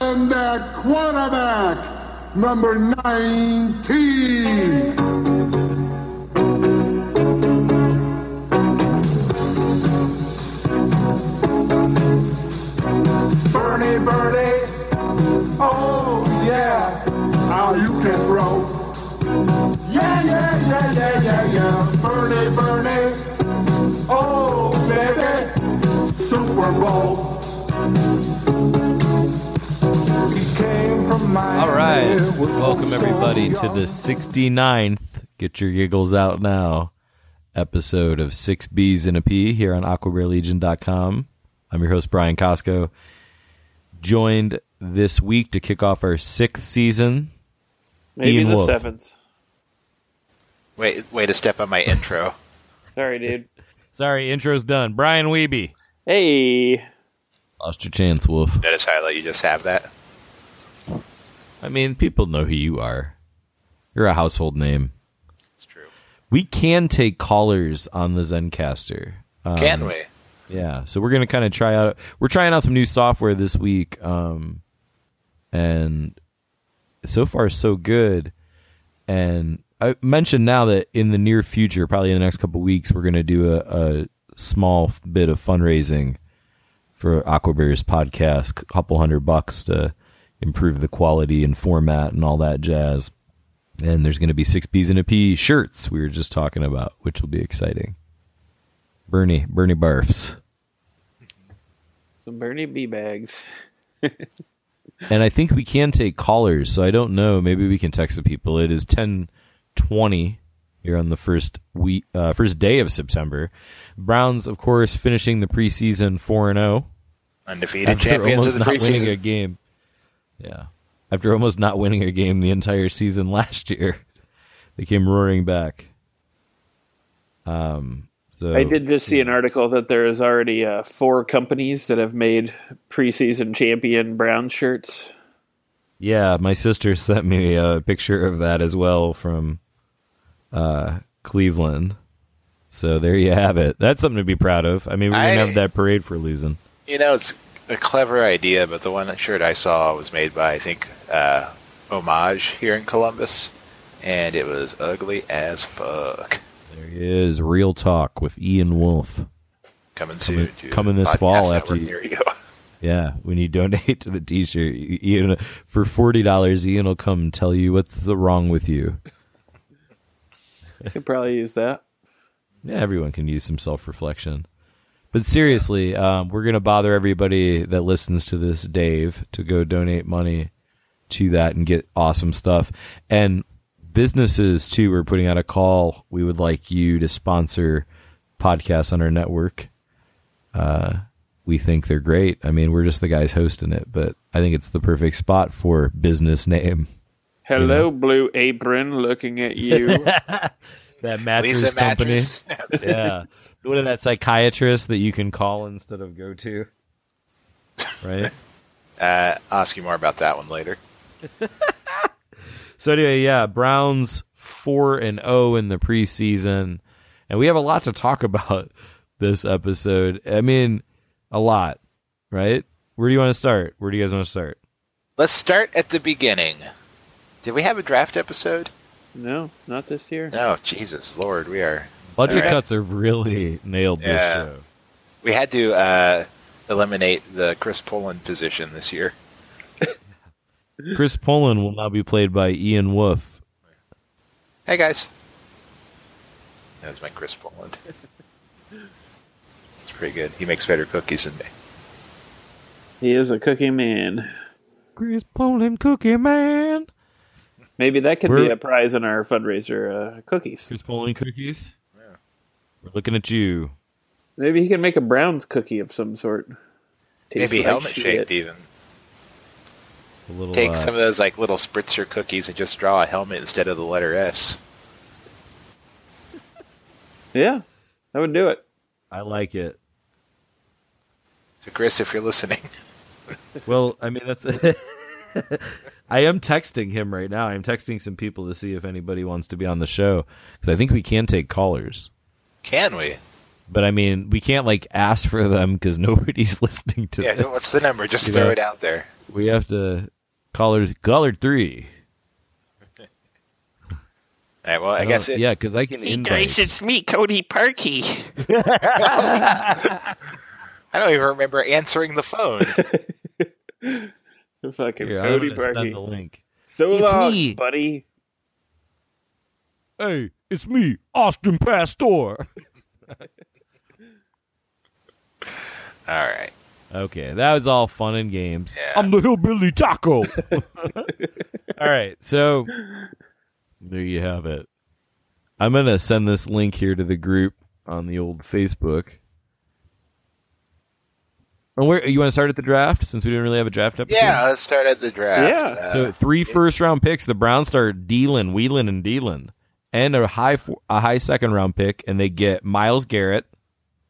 and the quarterback, number 19. Bernie, Bernie. Oh, yeah. How you can throw. Yeah, yeah, yeah, yeah, yeah, yeah. Bernie, Bernie. Oh, baby. Super Bowl. He came from my. All right. Welcome, everybody, to the 69th Get Your Giggles Out Now episode of Six Bs and a P here on AquabearLegion.com. I'm your host, Brian Costco. Joined this week to kick off our sixth season. Maybe Ian the Wolfe. seventh. Wait, way to step on my intro. Sorry, dude. Sorry, intro's done. Brian Wiebe. Hey, Lost your chance, Wolf. Notice how like, you just have that. I mean, people know who you are. You're a household name. It's true. We can take callers on the Zencaster. Um, Can we? Yeah, so we're gonna kind of try out. We're trying out some new software this week, um, and so far so good. And I mentioned now that in the near future, probably in the next couple weeks, we're gonna do a, a small f- bit of fundraising for Aquabears podcast, a couple hundred bucks to improve the quality and format and all that jazz. And there's gonna be six P's and a P shirts we were just talking about, which will be exciting. Bernie, Bernie barfs. some Bernie B bags. and I think we can take callers. So I don't know. Maybe we can text the people. It is ten twenty here on the first week, uh, first day of September. Browns, of course, finishing the preseason four and zero Undefeated champions of the not winning a preseason. game. Yeah, after almost not winning a game the entire season last year, they came roaring back. Um, so I did just see an article that there is already uh, four companies that have made preseason champion brown shirts. Yeah, my sister sent me a picture of that as well from uh, Cleveland. So there you have it. That's something to be proud of. I mean, we didn't I- have that parade for losing. You know, it's a clever idea, but the one shirt I saw was made by, I think, uh, Homage here in Columbus, and it was ugly as fuck. There is real talk with Ian Wolf. Coming soon. to coming this Podcast fall after Network you- near you. Yeah, when you donate to the T-shirt, I- Ian for forty dollars, Ian will come tell you what's the wrong with you. Could probably use that. yeah, everyone can use some self reflection. But seriously, um, we're going to bother everybody that listens to this, Dave, to go donate money to that and get awesome stuff. And businesses, too, we're putting out a call. We would like you to sponsor podcasts on our network. Uh, we think they're great. I mean, we're just the guys hosting it, but I think it's the perfect spot for business name. Hello, Blue Apron, looking at you. That mattress Lisa company. Mattress. yeah. What of that psychiatrist that you can call instead of go to? Right? uh, ask you more about that one later. so anyway, yeah, Browns four and oh in the preseason. And we have a lot to talk about this episode. I mean, a lot, right? Where do you want to start? Where do you guys want to start? Let's start at the beginning. Did we have a draft episode? no, not this year. No, Jesus Lord, we are Budget All right. cuts have really nailed this Yeah. show. We had to uh, eliminate the Chris Poland position this year. Chris Poland will now be played by Ian Wolf. Hey guys, that was my Chris Poland. It's pretty good. He makes better cookies than me. He is a cookie man. Chris Poland Cookie Man. Maybe that could We're- be a prize in our fundraiser uh, cookies. Chris Poland cookies. We're looking at you. Maybe he can make a Browns cookie of some sort. Tastes Maybe like helmet shaped shit. even. A little Take uh, some of those like little spritzer cookies and just draw a helmet instead of the letter S. Yeah, that would do it. I like it. So Chris, if you're listening, Well, I mean that's. I am texting him right now. I'm texting some people to see if anybody wants to be on the show because I think we can take callers. can we? But I mean, we can't like ask for them because nobody's listening to Yeah, this. what's the number? Just You throw know. it out there. We have to caller caller three. All right, well, I, guess don't- it, Oh, yeah, because I can invite. me, Cody Parkey. I don't even remember answering the phone. Fucking Here, I'm Cody gonna send the Parkey. link. So It's long, me. buddy. Hey, it's me, Austin Pastor. All right. Okay, that was all fun and games. Yeah. I'm the hillbilly taco. all right, so there you have it. I'm gonna send this link here to the group on the old Facebook. And where you want to start at the draft since we didn't really have a draft episode? Yeah, let's start at the draft. Uh, Yeah. So three first round picks. The Browns start dealing, wheeling, and dealing, and a high fo- a high second round pick, and they get Miles Garrett.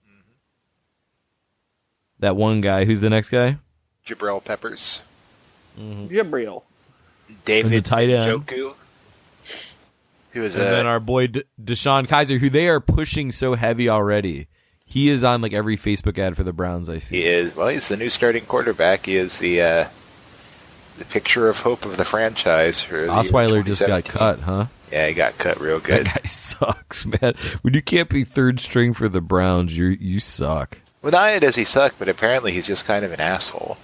Mm-hmm. That one guy. Who's the next guy? Jabril Peppers, Gabriel. David tight end. Joku, who is uh, and then a our boy D- Deshaun Kaiser, who they are pushing so heavy already. He is on like every Facebook ad for the Browns I he see. is well, he's the new starting quarterback. He is the uh, the picture of hope of the franchise. For the year Osweiler just got 2017. cut, huh? Yeah, he got cut real That good. guy sucks, man. When you can't be third string for the Browns, you you suck. Well, not only does he suck, but apparently he's just kind of an asshole.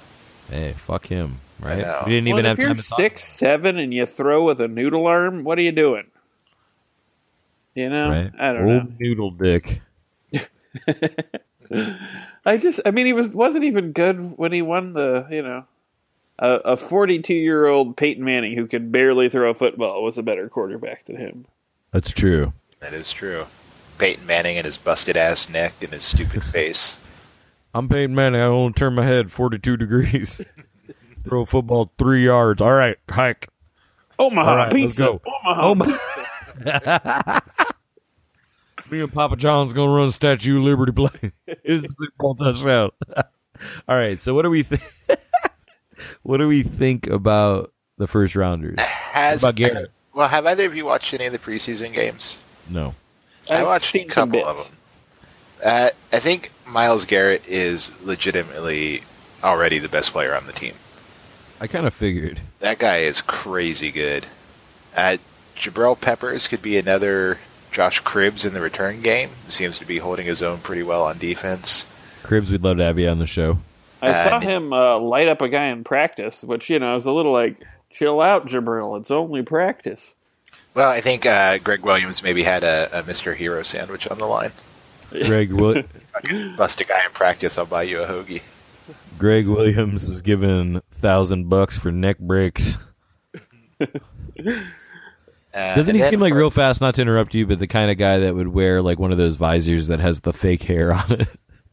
Hey, fuck him, right? know. We didn't even Well, have if you're time to talk six seven and you throw with a noodle arm, what are you doing? You know, right? I don't Old know. noodle dick. I just, I mean, he was wasn't even good when he won the, you know, a a forty two year old Peyton Manning who could barely throw a football was a better quarterback than him. That's true. That is true. Peyton Manning and his busted ass neck and his stupid face. I'm Peyton Manning. I only turn my head 42 degrees. Throw a football three yards. All right, hike. Omaha All right, let's pizza. go. Omaha. Oh my! Me and Papa John's gonna run Statue of Liberty play. Is the Super Bowl touchdown? All right. So what do we think? what do we think about the first rounders? Has What about Garrett? well, have either of you watched any of the preseason games? No. I I've watched a seen some couple of bits. them. Uh, I think Miles Garrett is legitimately already the best player on the team. I kind of figured. That guy is crazy good. Uh, Jabril Peppers could be another Josh Cribbs in the return game. Seems to be holding his own pretty well on defense. Cribs, we'd love to have you on the show. I saw Uh, him uh, light up a guy in practice, which you know I was a little like, chill out, Jabril. It's only practice. Well, I think uh, Greg Williams maybe had a, a Mr. Hero sandwich on the line. Greg, Will- Bust a guy in practice, I'll buy you a hoagie. Greg Williams was given thousand bucks for neck breaks. Uh, Doesn't and he then, seem of like real course- fast? Not to interrupt you, but the kind of guy that would wear like one of those visors that has the fake hair on it.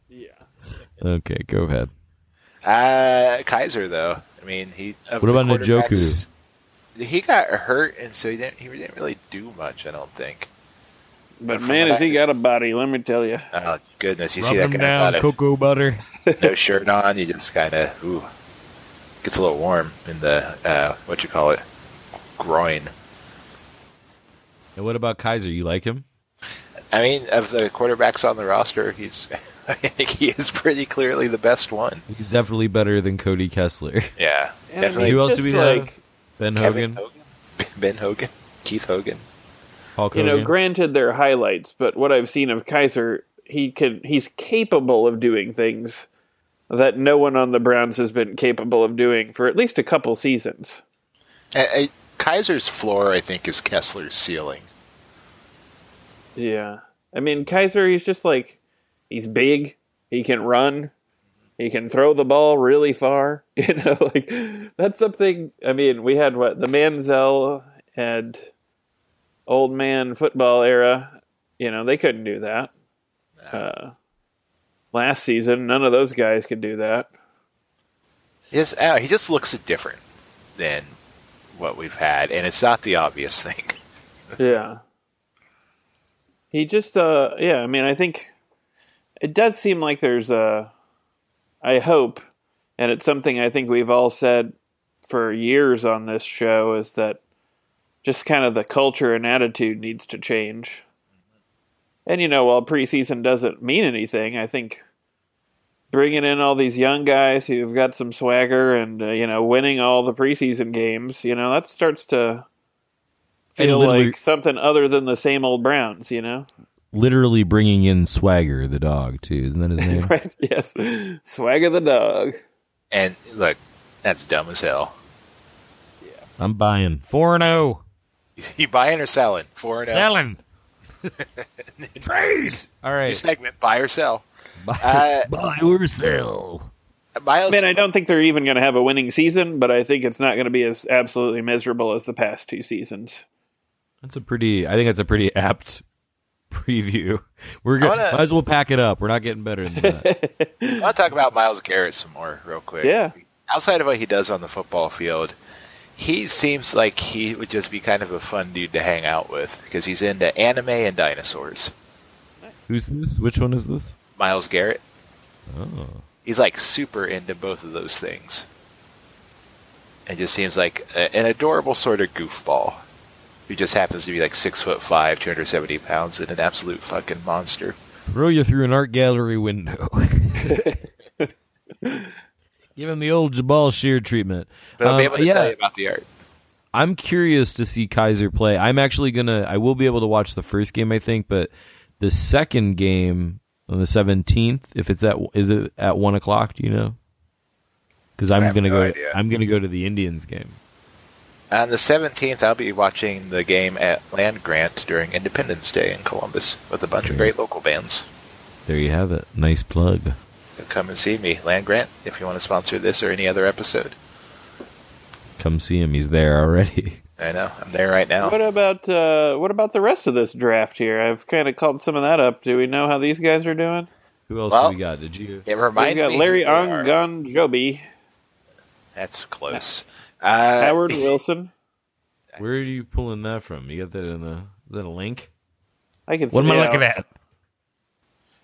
Yeah. Okay, go ahead. Uh, Kaiser, though. I mean, he. of What the about Njoku? quarterbacks- He got hurt, and so he didn't. He didn't really do much. I don't think. But From man, what has I he got a body? Let me tell you. Oh goodness! You Rub see him that guy down, without cocoa butter. a, no shirt on? You just kind of ooh, gets a little warm in the uh, what you call it, groin. And what about Kaiser? You like him? I mean, of the quarterbacks on the roster, he's. I think he is pretty clearly the best one. He's definitely better than Cody Kessler. Yeah, And definitely. Who else just do we have? Ben Hogan, Kevin Hogan, Ben Hogan, Keith Hogan. Hulk You Hogan. know, granted they're highlights, but what I've seen of Kaiser, he can he's capable of doing things that no one on the Browns has been capable of doing for at least a couple seasons. I, I, Uh, Kaiser's floor, I think, is Kessler's ceiling. Yeah. I mean, Kaiser he's just like he's big, he can run, he can throw the ball really far, you know, like that's something I mean, we had what the Manziel and old man football era, you know, they couldn't do that. Uh, last season, none of those guys could do that. Yes, uh, he just looks different than what we've had, and it's not the obvious thing. Yeah. He just uh yeah, I mean I think it does seem like there's a I hope and it's something I think we've all said for years on this show is that just kind of the culture and attitude needs to change. And you know, while preseason doesn't mean anything, I think bringing in all these young guys who've got some swagger and uh, you know winning all the preseason games, you know, that starts to And feel literally- like something other than the same old Browns. You know, Literally bringing in Swagger, the dog, too. Isn't that his name? right? Yes, swagger the dog. And look, that's dumb as hell. I'm buying. 4 and 0. You buying or selling? Four and oh. out. Selling. Praise. All New right. segment: buy or sell. Buy, Uh, buy or sell. Miles, I mean, I don't think they're even going to have a winning season, but I think it's not going to be as absolutely miserable as the past two seasons. That's a pretty, I think that's a pretty apt preview. We're I going wanna- to, might as well pack it up. We're not getting better than that. I want to talk about Miles Garrett some more, real quick. Yeah. Outside of what he does on the football field, he seems like he would just be kind of a fun dude to hang out with because he's into anime and dinosaurs. Who's this? Which one is this? Miles Garrett, Oh. he's like super into both of those things. And just seems like a, an adorable sort of goofball who just happens to be like six foot five, 270 pounds, and an absolute fucking monster. Throw you through an art gallery window. Give him the old Jabal Shear treatment. But I'll be Um, able to yeah, tell you about the art. I'm curious to see Kaiser play. I'm actually gonna. I will be able to watch the first game, I think, but the second game on the 17th, if it's at, is it at one o'clock? Do you know? Because I'm have gonna no go. idea. I'm gonna go to the Indians game. On the 17th, I'll be watching the game at Land Grant during Independence Day in Columbus with a bunch of Mm. great local bands. There you have it. Nice plug. So come and see me, Land Grant, if you want to sponsor this or any other episode. Come see him. He's there already. I know, I'm there right now. What about uh, what about the rest of this draft here? I've kind of called some of that up. Do we know how these guys are doing? Who else Well- do we got? Did you? It We've reminds got me. Larry who they are. Anganjobi, That's close. Uh, Howard Wilson. Where are you pulling that from? You got that in the is that a link? I can. What am see I how- looking at?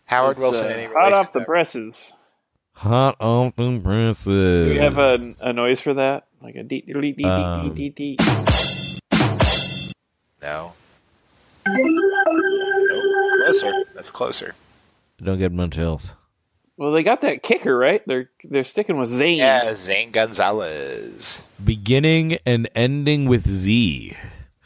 Howard it's, Wilson. uh, any hot relation off to the presses. Hot off the presses. Do we have a, a noise for that? Like a deet deet deet Um, deet deet deet. No. Nope, Closer. That's closer. Don't get much else. Well, they got that kicker right. They're they're sticking with Zane. Yeah, Zane Gonzalez. Beginning and ending with Z.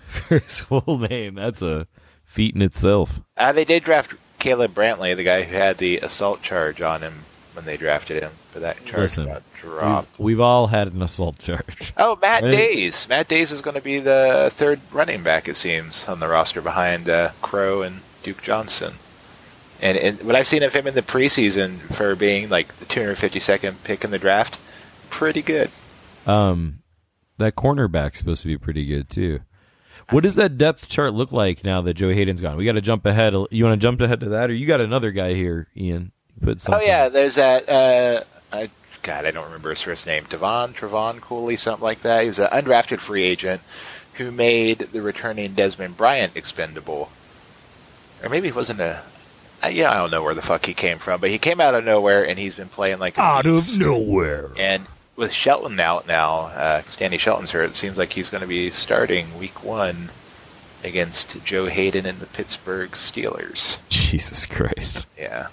For his whole name. That's a feat in itself. Uh, they did draft Caleb Brantley, the guy who had the assault charge on him when they drafted him, but that charge Listen, got We've, dropped. we've all had an assault charge. Oh, Matt Right. Days. Matt Days is going to be the third running back, it seems, on the roster behind uh, Crow and Duke Johnson. And, and what I've seen of him in the preseason for being like the 252nd pick in the draft, pretty good. Um, that cornerback's supposed to be pretty good too. What does that depth chart look like now that Joe Hayden's gone? We got to jump ahead. You want to jump ahead to that, or you got another guy here, Ian? You Put Oh something. yeah, there's that. Uh, I, God, I don't remember his first name. Devon, Travon Cooley, something like that. He was an undrafted free agent who made the returning Desmond Bryant expendable, or maybe he wasn't a. I- Yeah, I don't know where the fuck he came from, but he came out of nowhere and he's been playing like a beast. nowhere. And with Shelton out now, uh, Stanley Shelton's hurt. It seems like he's going to be starting week one against Joe Hayden and the Pittsburgh Steelers. Jesus Christ! Yeah.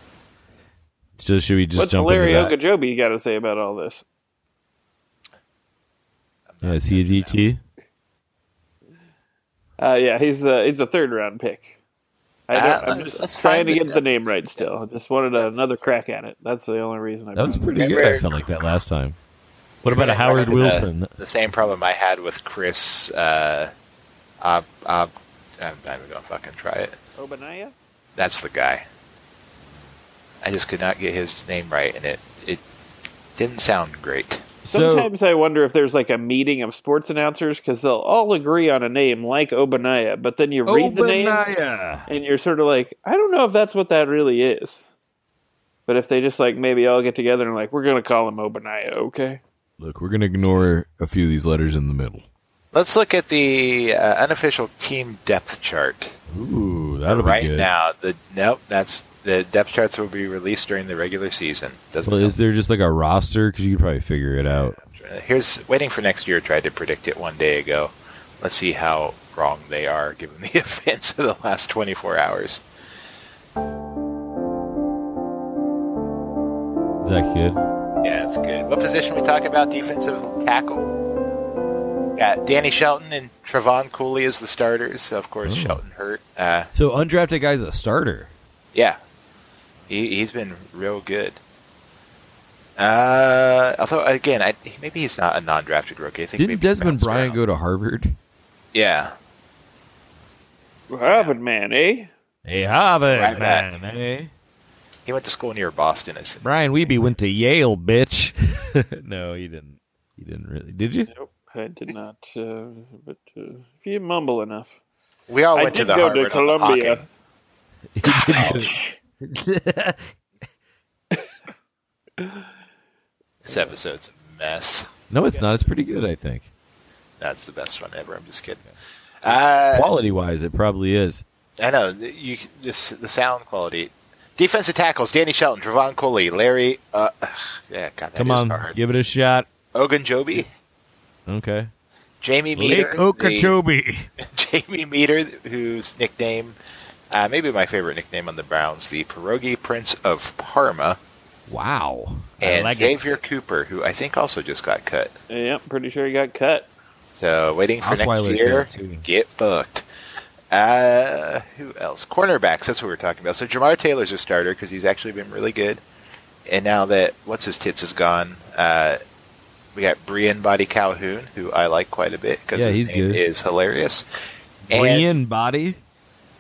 So should we just What's jump Larry into that? Ogunjobi got to say about all this? Yeah, is he a DT? Uh, yeah, he's uh, he's a third round pick. I Ah, don't, I'm let's- just let's trying find to it. get the name right. Still, I just wanted another crack at it. That's the only reason I. That was brought it. pretty good. I felt like that last time. What about a Right, Howard right, Wilson? uh, The, same problem I had with Chris. Uh, uh, uh, I'm not even gonna fucking try it. Obanaya. That's the guy. I just could not get his name right, and it it didn't sound great. So Sometimes I wonder if there's like a meeting of sports announcers because they'll all agree on a name like Obanaya, but then you read the name Obanaya. and you're sort of like, I don't know if that's what that really is. But if they just like maybe all get together and like, we're gonna call him Obanaya, okay? Look, we're gonna ignore a few of these letters in the middle. Let's look at the uh, unofficial team depth chart Ooh, that'll right be good. now. The nope, that's the depth charts will be released during the regular season. Doesn't Well, is there just like a roster? Because you could probably figure it out. Uh, Here's waiting for next year. Tried to predict it one day ago. Let's see how wrong they are given the events of the last 24 hours. Is that good? Yeah, that's good. What position we talking about? Defensive tackle. Got Danny Shelton and Travon Cooley as the starters. Of course, Ooh. Shelton hurt. Uh, So undrafted guy's a starter. yeah, he he's been real good. Uh, although again, I, maybe he's not a non-drafted rookie. I think Didn't maybe Desmond Bryant go to Harvard? Yeah, Harvard man, eh? Hey, Harvard. Right man, back. eh? he went to school near Boston. It's, Brian Weeby went to Yale, bitch. no, he didn't. He didn't really. Did you? Nope, I did not. Uh, but uh, if you mumble enough, we all I went to did the go Harvard to on the Columbia. Hawking. He didn't. This episode's a mess. no, it's not. It's pretty good, I think. That's the best one ever. I'm just kidding. Uh, Quality wise, it probably is. I know th- you. This the sound quality. Defensive tackles: Danny Shelton, Travon Cooley, Larry. Uh, yeah, God, that Come is on, hard. give it a shot. Ogunjobi, Okay. Jamie Lake Meter, Okeechobee. the- Jamie Meter, whose nickname, uh, maybe my favorite nickname on the Browns, the Pierogi Prince of Parma, Wow. and I like it. Xavier Cooper, who I think also just got cut. Yep, pretty sure he got cut. So waiting for Osweiler next year. too, too. Get fucked. Uh, who else? Cornerbacks. That's what we were talking about. So Jamar Taylor's a starter because he's actually been really good. And now that what's his tits is gone, uh, we got Brian Body Calhoun, who I like quite a bit because Yeah, his he's name good. is hilarious. And Brian Body.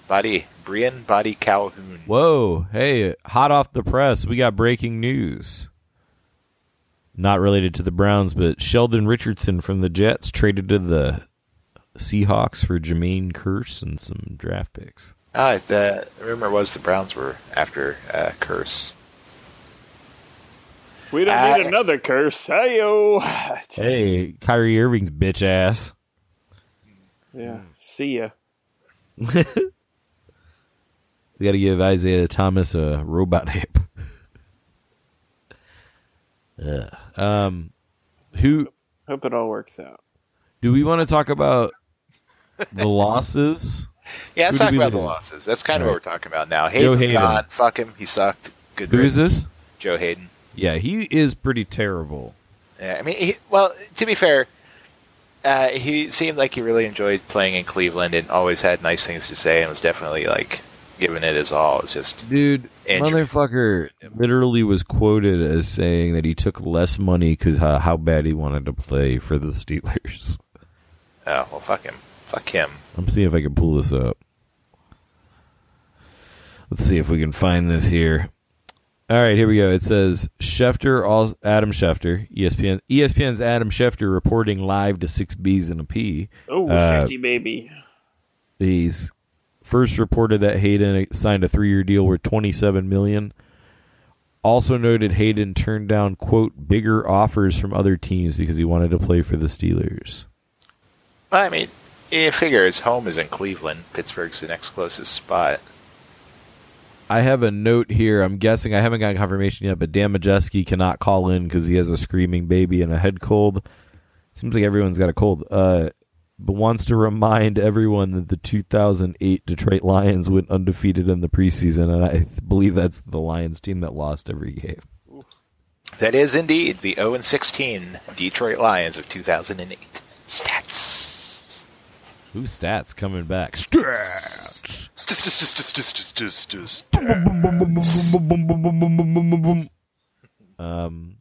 Body Brian Body Calhoun. Whoa. Hey, hot off the press, we got breaking news. Not related to the Browns, but Sheldon Richardson from the Jets traded to the Seahawks for Jermaine Curse and some draft picks. Ah, the rumor was the Browns were after uh, Curse. We don't Uh, need another curse. Heyo. Hey, Kyrie Irving's bitch ass. Yeah. Hmm. See ya. We got to give Isaiah Thomas a robot hip. Ugh. Um, who Hope it all works out. do we want to talk about? The losses. Yeah, let's Who do talk we about the leave? losses. That's kind of All what we're talking about now. Joe Hayden's Hayden. gone. Fuck him. He sucked. Good. Who is riddance. this? Joe Hayden. Yeah, he is pretty terrible. Yeah, I mean, he, well, to be fair, uh, he seemed like he really enjoyed playing in Cleveland and always had nice things to say and was definitely like giving it his all. It's just Dude, Andrew. motherfucker literally was quoted as saying that he took less money because how, how bad he wanted to play for the Steelers. oh well, fuck him, fuck him. I'm seeing if I can pull this up. Let's see if we can find this here. All right, here we go. It says Schefter, als- Adam Schefter, E ESPN, ESPN's Adam Schefter reporting live to six B's and a P. Oh, Uh, shifty baby. He's first reported that Hayden signed a three-year deal worth 27 million. Also noted Hayden turned down quote bigger offers from other teams because he wanted to play for the Steelers. Well, I mean, you figure his home is in Cleveland. Pittsburgh's the next closest spot. I have a note here. I'm guessing I haven't gotten confirmation yet, but Dan Majeski cannot call in because he has a screaming baby and a head cold. Seems like everyone's got a cold. Uh, but wants to remind everyone that the 2008 Detroit Lions went undefeated in the preseason, and I th- believe that's the Lions team that lost every game. That is indeed the 0 16 Detroit Lions of 2008. Stats. Ooh, stats coming back. Stats. Stats, stats, stats, stats, stats, stats, stats. Um.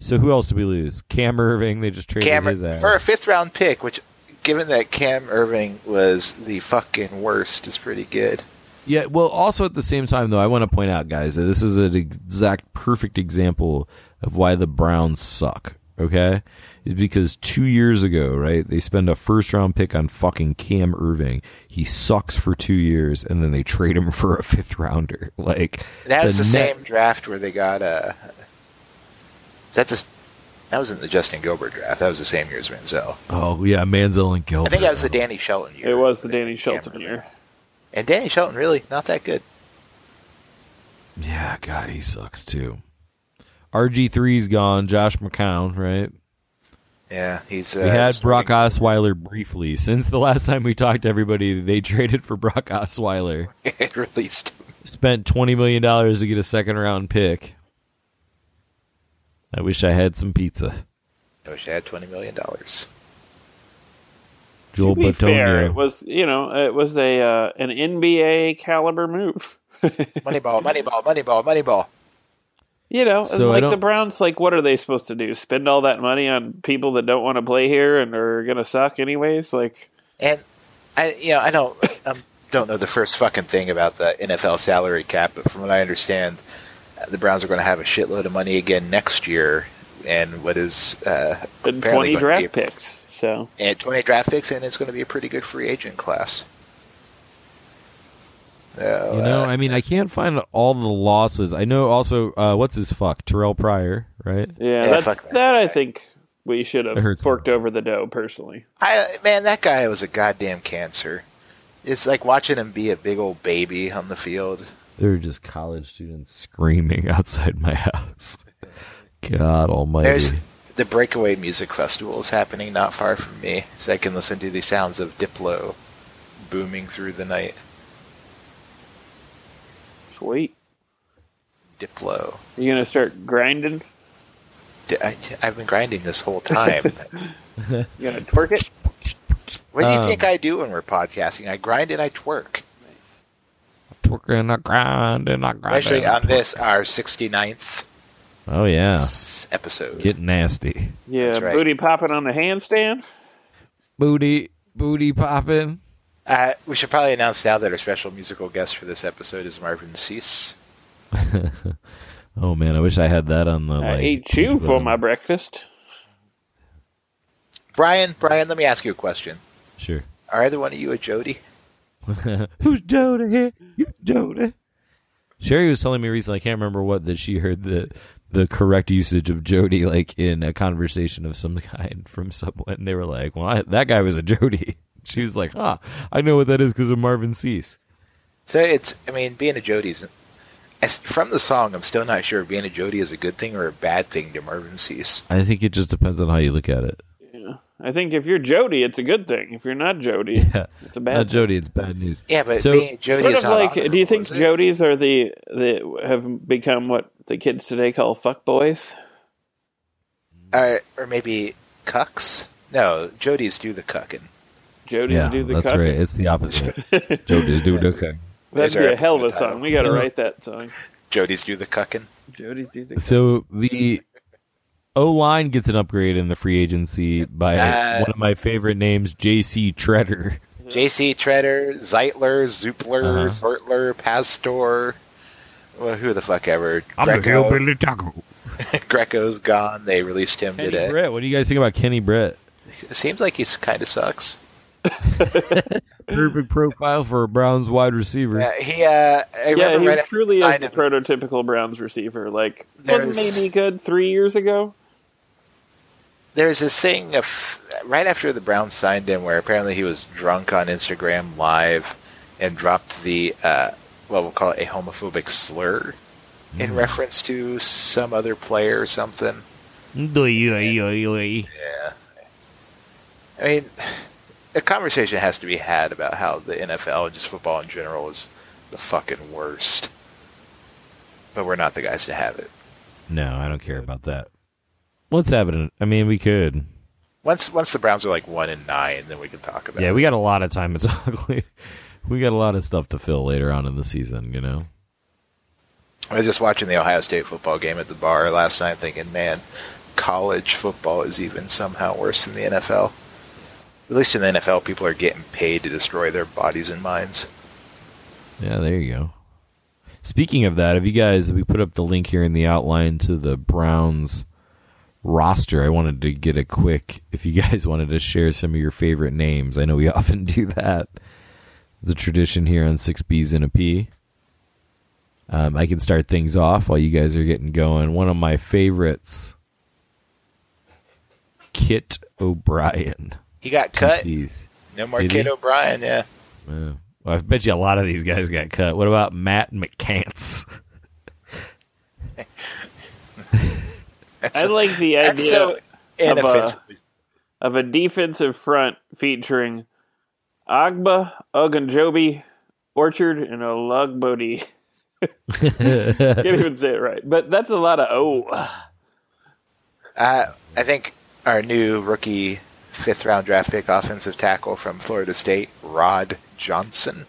So who else did we lose? Cam Irving. They just traded his Cam ass. for a fifth round pick, which given that Cam Irving was the fucking worst, is pretty good. Yeah, well, also at the same time, though, I want to point out, guys, that this is an exact perfect example of why the Browns suck, okay? Is because two years ago, right, they spend a first round pick on fucking Cam Irving. He sucks for two years, and then they trade him for a fifth rounder. Like, That was it's a the net- same draft where they got uh Is that the that wasn't the Justin Gilbert draft. That was the same year as Manziel. Oh, yeah, Manziel and Gilbert. I think that was the Danny Shelton year. It was the Danny Shelton year. And Danny Shelton really not that good. Yeah, God, he sucks too. RG3's gone. Josh McCown, right? Yeah, he's. Uh, We had he's Brock pretty- Osweiler briefly. Since the last time we talked to everybody, they traded for Brock Osweiler. released. Spent $20 million to get a second round pick. I wish I had some pizza. I wish I had twenty million dollars. Joel to be fair, Batonio. it was you know it was a uh, an NBA caliber move. Moneyball, Moneyball, Moneyball, Moneyball. You know, So I like the don't- Browns, like what are they supposed to do? Spend all that money on people that don't want to play here and are gonna suck anyways? Like And I, you know, I don't, um, don't know the first fucking thing about the NFL salary cap, but from what I understand, uh, the Browns are going to have a shitload of money again next year, and what is uh, and apparently twenty going to draft be- picks. So and twenty draft picks, and it's going to be a pretty good free agent class. So, You know, uh, I mean, I can't find all the losses. I know also, uh, what's his fuck? Terrell Pryor, right? yeah, that's fuck that that, I think we should That have hurts. forked over the dough personally. I man, that guy was a goddamn cancer. It's like watching him be a big old baby on the field. There were just college students screaming outside my house. God almighty. There's the Breakaway Music Festival is happening not far from me, so I can listen to the sounds of Diplo booming through the night. Sweet. Diplo. You gonna start grinding? D- I, have been grinding this whole time. You gonna twerk it? what do you Um, think I do when we're podcasting? I grind and I twerk. Twerking, I grind, and I grind. Especially and I on this, our 69th twerk. Oh, yeah. s- episode. Get nasty. Yeah, That's right. booty popping on the handstand. Booty, booty popping. Uh, we should probably announce now that our special musical guest for this episode is Marvin Cease. Oh, man, I wish I had that on the, I like... ate you for my breakfast. Brian, Brian, let me ask you a question. Sure. Are either one of you a Jody? Who's Jody here? You Jody. Sherry was telling me recently, I can't remember what, that she heard the the correct usage of Jody, like in a conversation of some kind from someone. And they were like, well, I, that guy was a Jody. She was like, huh, I know what that is because of Marvin Cease. So it's, I mean, being a Jody's. As, from the song, I'm still not sure if being a Jody is a good thing or a bad thing to Marvin Cease. I think it just depends on how you look at it. I think if you're Jody, it's a good thing. If you're not Jody, it's a bad. Not thing. Jody, it's bad news. Yeah, but So- being a Jody Sort is of not like, do honorable, you think is it? Jodies are the the have become what the kids today call fuck boys? Uh, or maybe cucks? No, Jody's do the cucking. Jodies Yeah, do the that's cucking. right. It's the opposite. Jody's do the cucking. There's That'd be our a hell of a episode song. title. We got to Yeah. write that song. Jody's do the cucking. Jodies do the. So the O line gets an upgrade in the free agency by Uh, one of my favorite names, J.C. Treader. JC Treader, Zeitler, Zoopler, Zortler, Pastor. Well, who the fuck ever? Greco, Taco. Greco's gone. They released him Kenny today. Britt. What do you guys think about Kenny Britt? It seems like he's kind of sucks. Perfect profile for a Browns wide receiver. Yeah, he. Uh, I Yeah, remember he right after truly he is signed the him, prototypical Browns receiver. Like wasn't There's- maybe good three years ago. there's this thing of right after the Browns signed him, where apparently he was drunk on Instagram Live and dropped the uh, well, we'll call it a homophobic slur in reference to some other player or something. Yeah. I mean, a conversation has to be had about how the NFL and just football in general is the fucking worst. But we're not the guys to have it. No, I don't care about that. Let's have it. In, I mean, we could. Once once the Browns are like one and nine, then we can talk about Yeah, it. we got a lot of time. It's ugly. We got a lot of stuff to fill later on in the season. You know. I was just watching the Ohio State football game at the bar last night, thinking, man, college football is even somehow worse than the NFL. At least in the NFL, people are getting paid to destroy their bodies and minds. Yeah, there you go. Speaking of that, if you guys, we put up the link here in the outline to the Browns roster. I wanted to get a quick, if you guys wanted to share some of your favorite names. I know we often do that. It's a tradition here on Six Bs and a P. Um, I can start things off while you guys are getting going. One of my favorites, Kit O'Brien. He got cut. Jeez. No more Did he? Kid O'Brien. Yeah, Yeah. Well, I bet you a lot of these guys got cut. What about Matt McCants? that's, I like the that's idea so of a- inoffensive. of a defensive front featuring Agba, Ogunjobi, Orchard, and oh, Olagbodi. Can't even say it right, but that's a lot of O. Uh, I think our new rookie fifth round draft pick offensive tackle from Florida State, Rod Johnson.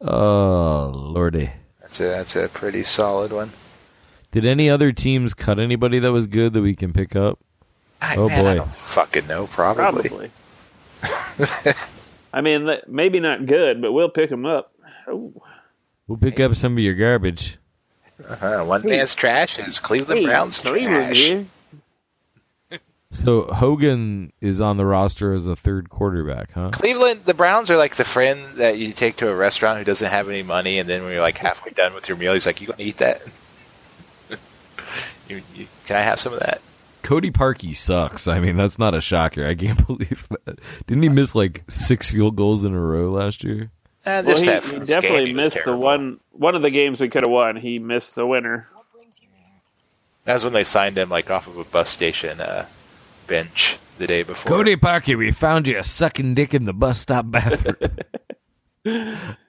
Oh lordy! That's a that's a pretty solid one. Did any other teams cut anybody that was good that we can pick up? I, Oh, man, I boy. don't fucking know. Probably. Probably. I mean, that- maybe not good, but we'll pick them up. Oh, We'll pick up some of your garbage. Uh, one man's trash is Cleveland hey, Browns Cleveland trash. here. So Hogan is on the roster as a third quarterback, huh? Cleveland, the Browns are like the friend that you take to a restaurant who doesn't have any money, and then when you're like halfway done with your meal, he's like, "You gonna eat that? you, you, can I have some of that?" Cody Parkey sucks. I mean, that's not a shocker. I can't believe that. Didn't he miss like six field goals in a row last year? Eh, Well, just he, that he first definitely game, he was missed the terrible. one one of the games we could have won. He missed the winner. That was when they signed him like off of a bus station uh, bench the day before. Cody Parkey, we found you sucking dick in the bus stop bathroom.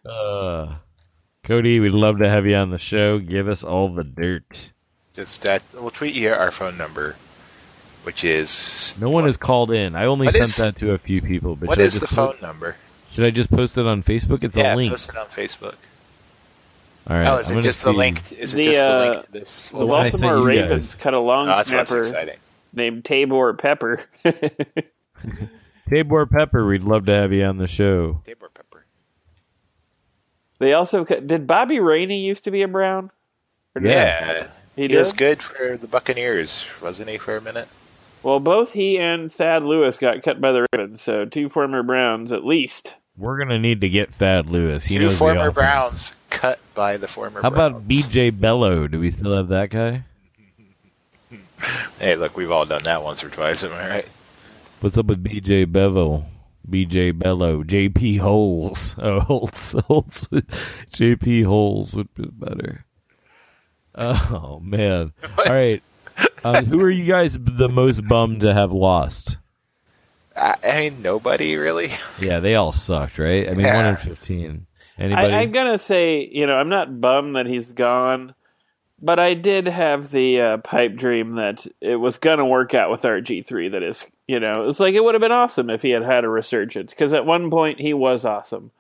uh, Cody, we'd love to have you on the show. Give us all the dirt. Just uh, we'll tweet you our phone number, which is No one has called in. I only What sent is- that to a few people. But what should I is the just phone po- number? Should I just post it on Facebook? It's a yeah, link. post it on Facebook. All right. oh, is I'm gonna it just the see. link? Is it The, just the uh, link to this? The Well, I sent Baltimore you guys. Ravens cut a long Oh, that's less snapper exciting. named Tabor Pepper. Tabor Pepper, we'd love to have you on the show. Tabor pepper. they also cut, did Bobby Rainey used to be a Brown? Or did- Yeah. he He, did. was good for the Buccaneers, wasn't he, for a minute? Well, both he and Thad Lewis got cut by the Ravens, so two former Browns at least. We're gonna need to get Thad Lewis. He Two knows the former offense. Browns cut by the former How Browns. about BJ Bello? Do we still have that guy? Hey, look, we've all done that once or twice, am I right? What's up with BJ Bevel? BJ Bello, JP Holes. Oh, Holtz, Holtz, JP Holes would be better. Oh man! All right, um, who are you guys the most bummed to have lost? I, I mean, nobody really. Yeah, they all sucked, right? I mean, one in Yeah. fifteen. I, Anybody? I'm gonna say, you know, I'm not bummed that he's gone, but I did have the uh, pipe dream that it was gonna work out with RG3. That is, you know, it's like it would have been awesome if he had had a resurgence because at one point he was awesome.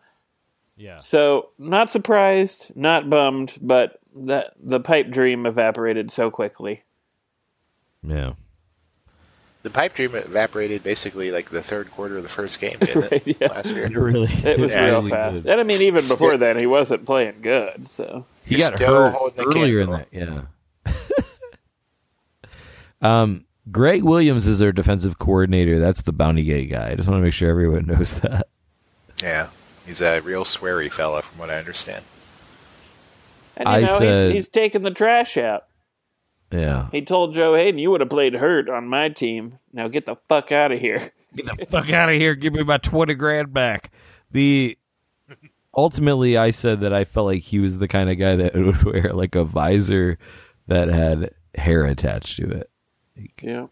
yeah. So not surprised, not bummed, but that the pipe dream evaporated so quickly. Yeah. The pipe dream evaporated basically like the third quarter of the first game, didn't it? yeah. Last year. Really, It was Yeah, real he fast, and I mean, even before then, he wasn't playing good. So He You're got still hurt holding the earlier in that. candle. Yeah. um, Greg Williams is their defensive coordinator. That's the Bounty Gate guy. I just want to make sure everyone knows that. Yeah. He's a real sweary fella, from what I understand. and you I know, said- he's, he's taking the trash out. Yeah. He told Joe Hayden, "You would have played hurt on my team. Now get the fuck out of here." Get the fuck out of here. Give me my 20 grand back. The ultimately I said that I felt like he was the kind of guy that would wear like a visor that had hair attached to it. Yeah,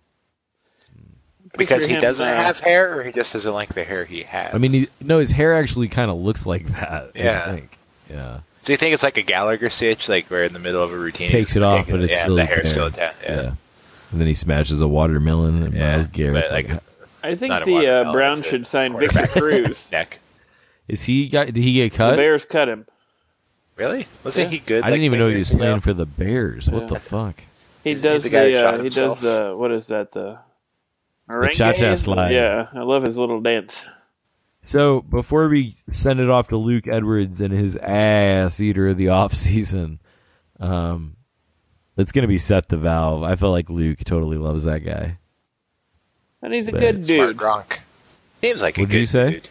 Because he him, doesn't uh, have hair, or he just doesn't like the hair he has. I mean, he, no, his hair actually kind of looks like that. I Yeah. think. Yeah. so you think it's like a Gallagher stitch, like where in the middle of a routine he Takes just it off, takes but it's yeah, still the hair's there. still attached. Yeah. Yeah, And then he smashes a watermelon and Yeah, Miles Garrett's but, like, like, I think Not a the uh, watermelon, Browns it's a should sign Victor quarterback. Cruz. the neck. is he got did he get cut? Bears cut him. Really? Wasn't he good? I didn't like, even ten know he years was ago? playing for the Bears. What Yeah. the fuck? He He's- does he's the the, guy that shot uh, he does himself. the what is that the cha-cha slide. Yeah, I love his little dance. So before we send it off to Luke Edwards and his ass eater of the offseason, um it's gonna be set the valve. I feel like Luke totally loves that guy. And he's a But good Smart dude. Gronk. Seems like a What'd good you say? dude.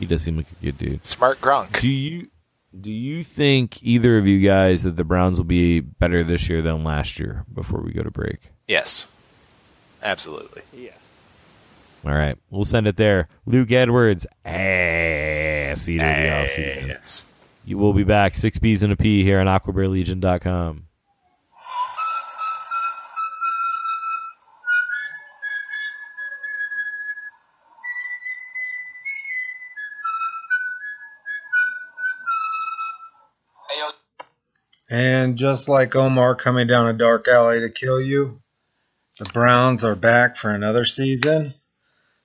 He does seem like a good dude. Smart Gronk. Do you do you think either of you guys that the Browns will be better this year than last year before we go to break? Yes. Absolutely. Yeah. All right, we'll send it there. Luke Edwards, ass eater of the offseason. Yes. You will be back. Six B's and a P here on AquabearLegion.com. And just like Omar coming down a dark alley to kill you, the Browns are back for another season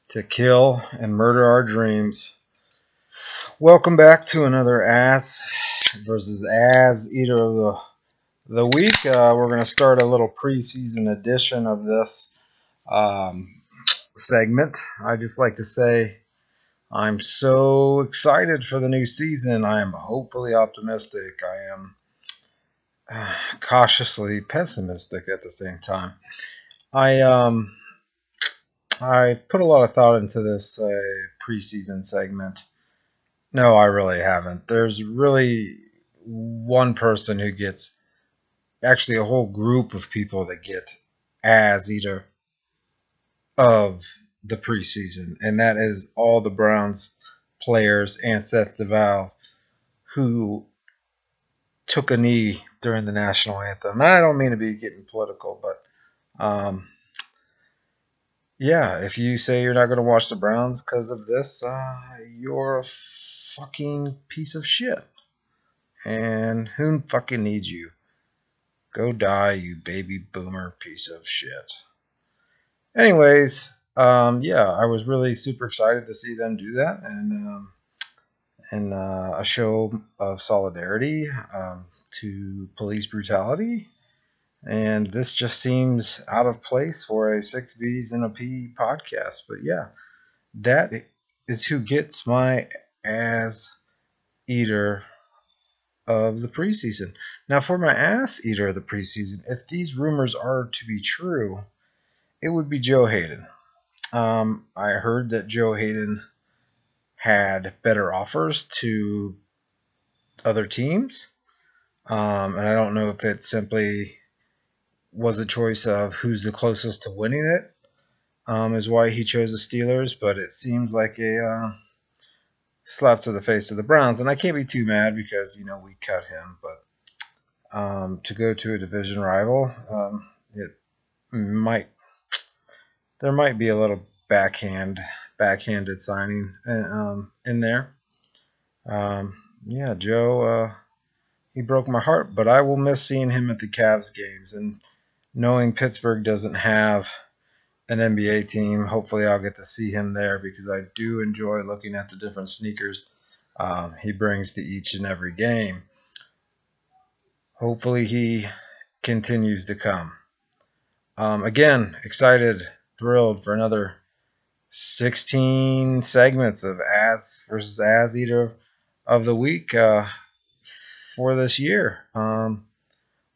to kill and murder our dreams. Welcome back to another ass versus ass eater of the the week. Uh, we're going to start a little preseason edition of this um, segment. I just like to say I'm so excited for the new season. I am hopefully optimistic. I am uh, cautiously pessimistic at the same time. I um I put a lot of thought into this uh, preseason segment. No, I really haven't. There's really one person who gets actually a whole group of people that get as either of the preseason, and that is all the Browns players and Seth DeVal who took a knee during the national anthem. And I don't mean to be getting political, but um, yeah, if you say you're not going to watch the Browns because of this, uh, you're a fucking piece of shit. And who fucking needs you? Go die, you baby boomer piece of shit. Anyways, um, yeah, I was really super excited to see them do that, and um, and uh, a show of solidarity um, to police brutality. And this just seems out of place for a Six B's and a P podcast. But yeah, that is who gets my ass eater of the preseason. Now, for my ass eater of the preseason, if these rumors are to be true, it would be Joe Hayden. Um, I heard that Joe Hayden had better offers to other teams. Um, and I don't know if it simply was a choice of who's the closest to winning it, um, is why he chose the Steelers, but it seems like a uh, slap to the face of the Browns. And I can't be too mad because, you know, we cut him, but um, to go to a division rival, um, it might, there might be a little backhand, backhanded signing uh, um, in there. Um, yeah, Joe. Uh, he broke my heart, but I will miss seeing him at the Cavs games. And knowing Pittsburgh doesn't have an NBA team, hopefully I'll get to see him there because I do enjoy looking at the different sneakers um, he brings to each and every game. Hopefully he continues to come. Um, again, excited, thrilled for another 16 segments of As versus As Eater of the Week. Uh, for this year. Um,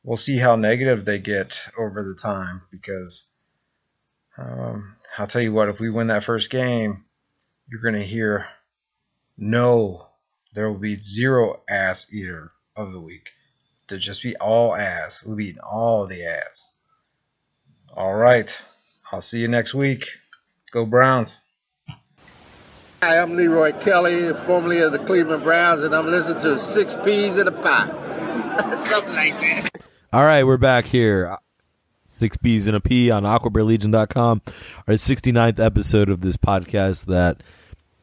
we'll see how negative they get over the time because um, I'll tell you what, if we win that first game, you're going to hear no, there will be zero ass eater of the week. Therell just be all ass. We'll be eating all the ass. All right. I'll see you next week. Go Browns. Hi, I'm Leroy Kelly, formerly of the Cleveland Browns, and I'm listening to Six Peas in a Pot. Something like that. All right, we're back here. Six P's and a P on aquabearlegion.com. Our 69th episode of this podcast that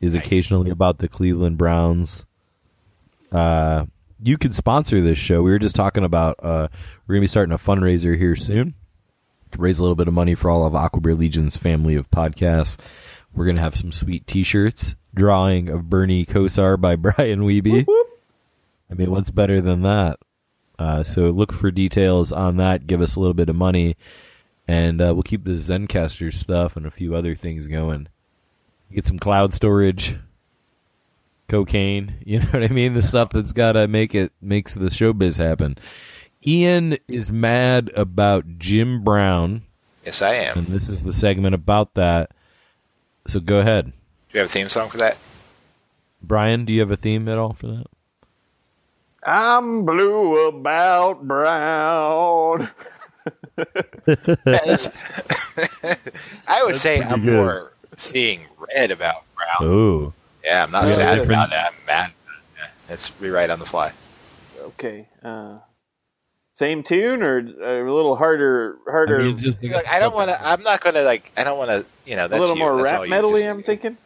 is occasionally about the Cleveland Browns. Uh, you can sponsor this show. We were just talking about uh, we're going to be starting a fundraiser here soon to raise a little bit of money for all of Aquabear Legion's family of podcasts. We're going to have some sweet t shirts. Drawing of Bernie Kosar by Brian Wiebe. I mean, what's better than that? Uh, so look for details on that. Give us a little bit of money, and uh, we'll keep the ZenCaster stuff and a few other things going. Get some cloud storage, cocaine. You know what I mean? The stuff that's gotta make it makes the showbiz happen. Ian is mad about Jim Brown, Yes, I am. and this is the segment about that. So go ahead, Do you have a theme song for that? Brian. Do you have a theme at all for that? I'm blue about brown. I would say I'm more seeing red about brown. Oh, Yeah, I'm not Yeah, sad different. about that. I'm mad. Yeah, That's rewrite on the fly. Okay. Uh, same tune or a little harder? I Harder. mean, just Like, I don't want to. I'm not going to like. I don't want to. You know, a that's little you. more That's rap all you. metal-y, Just I'm thinking.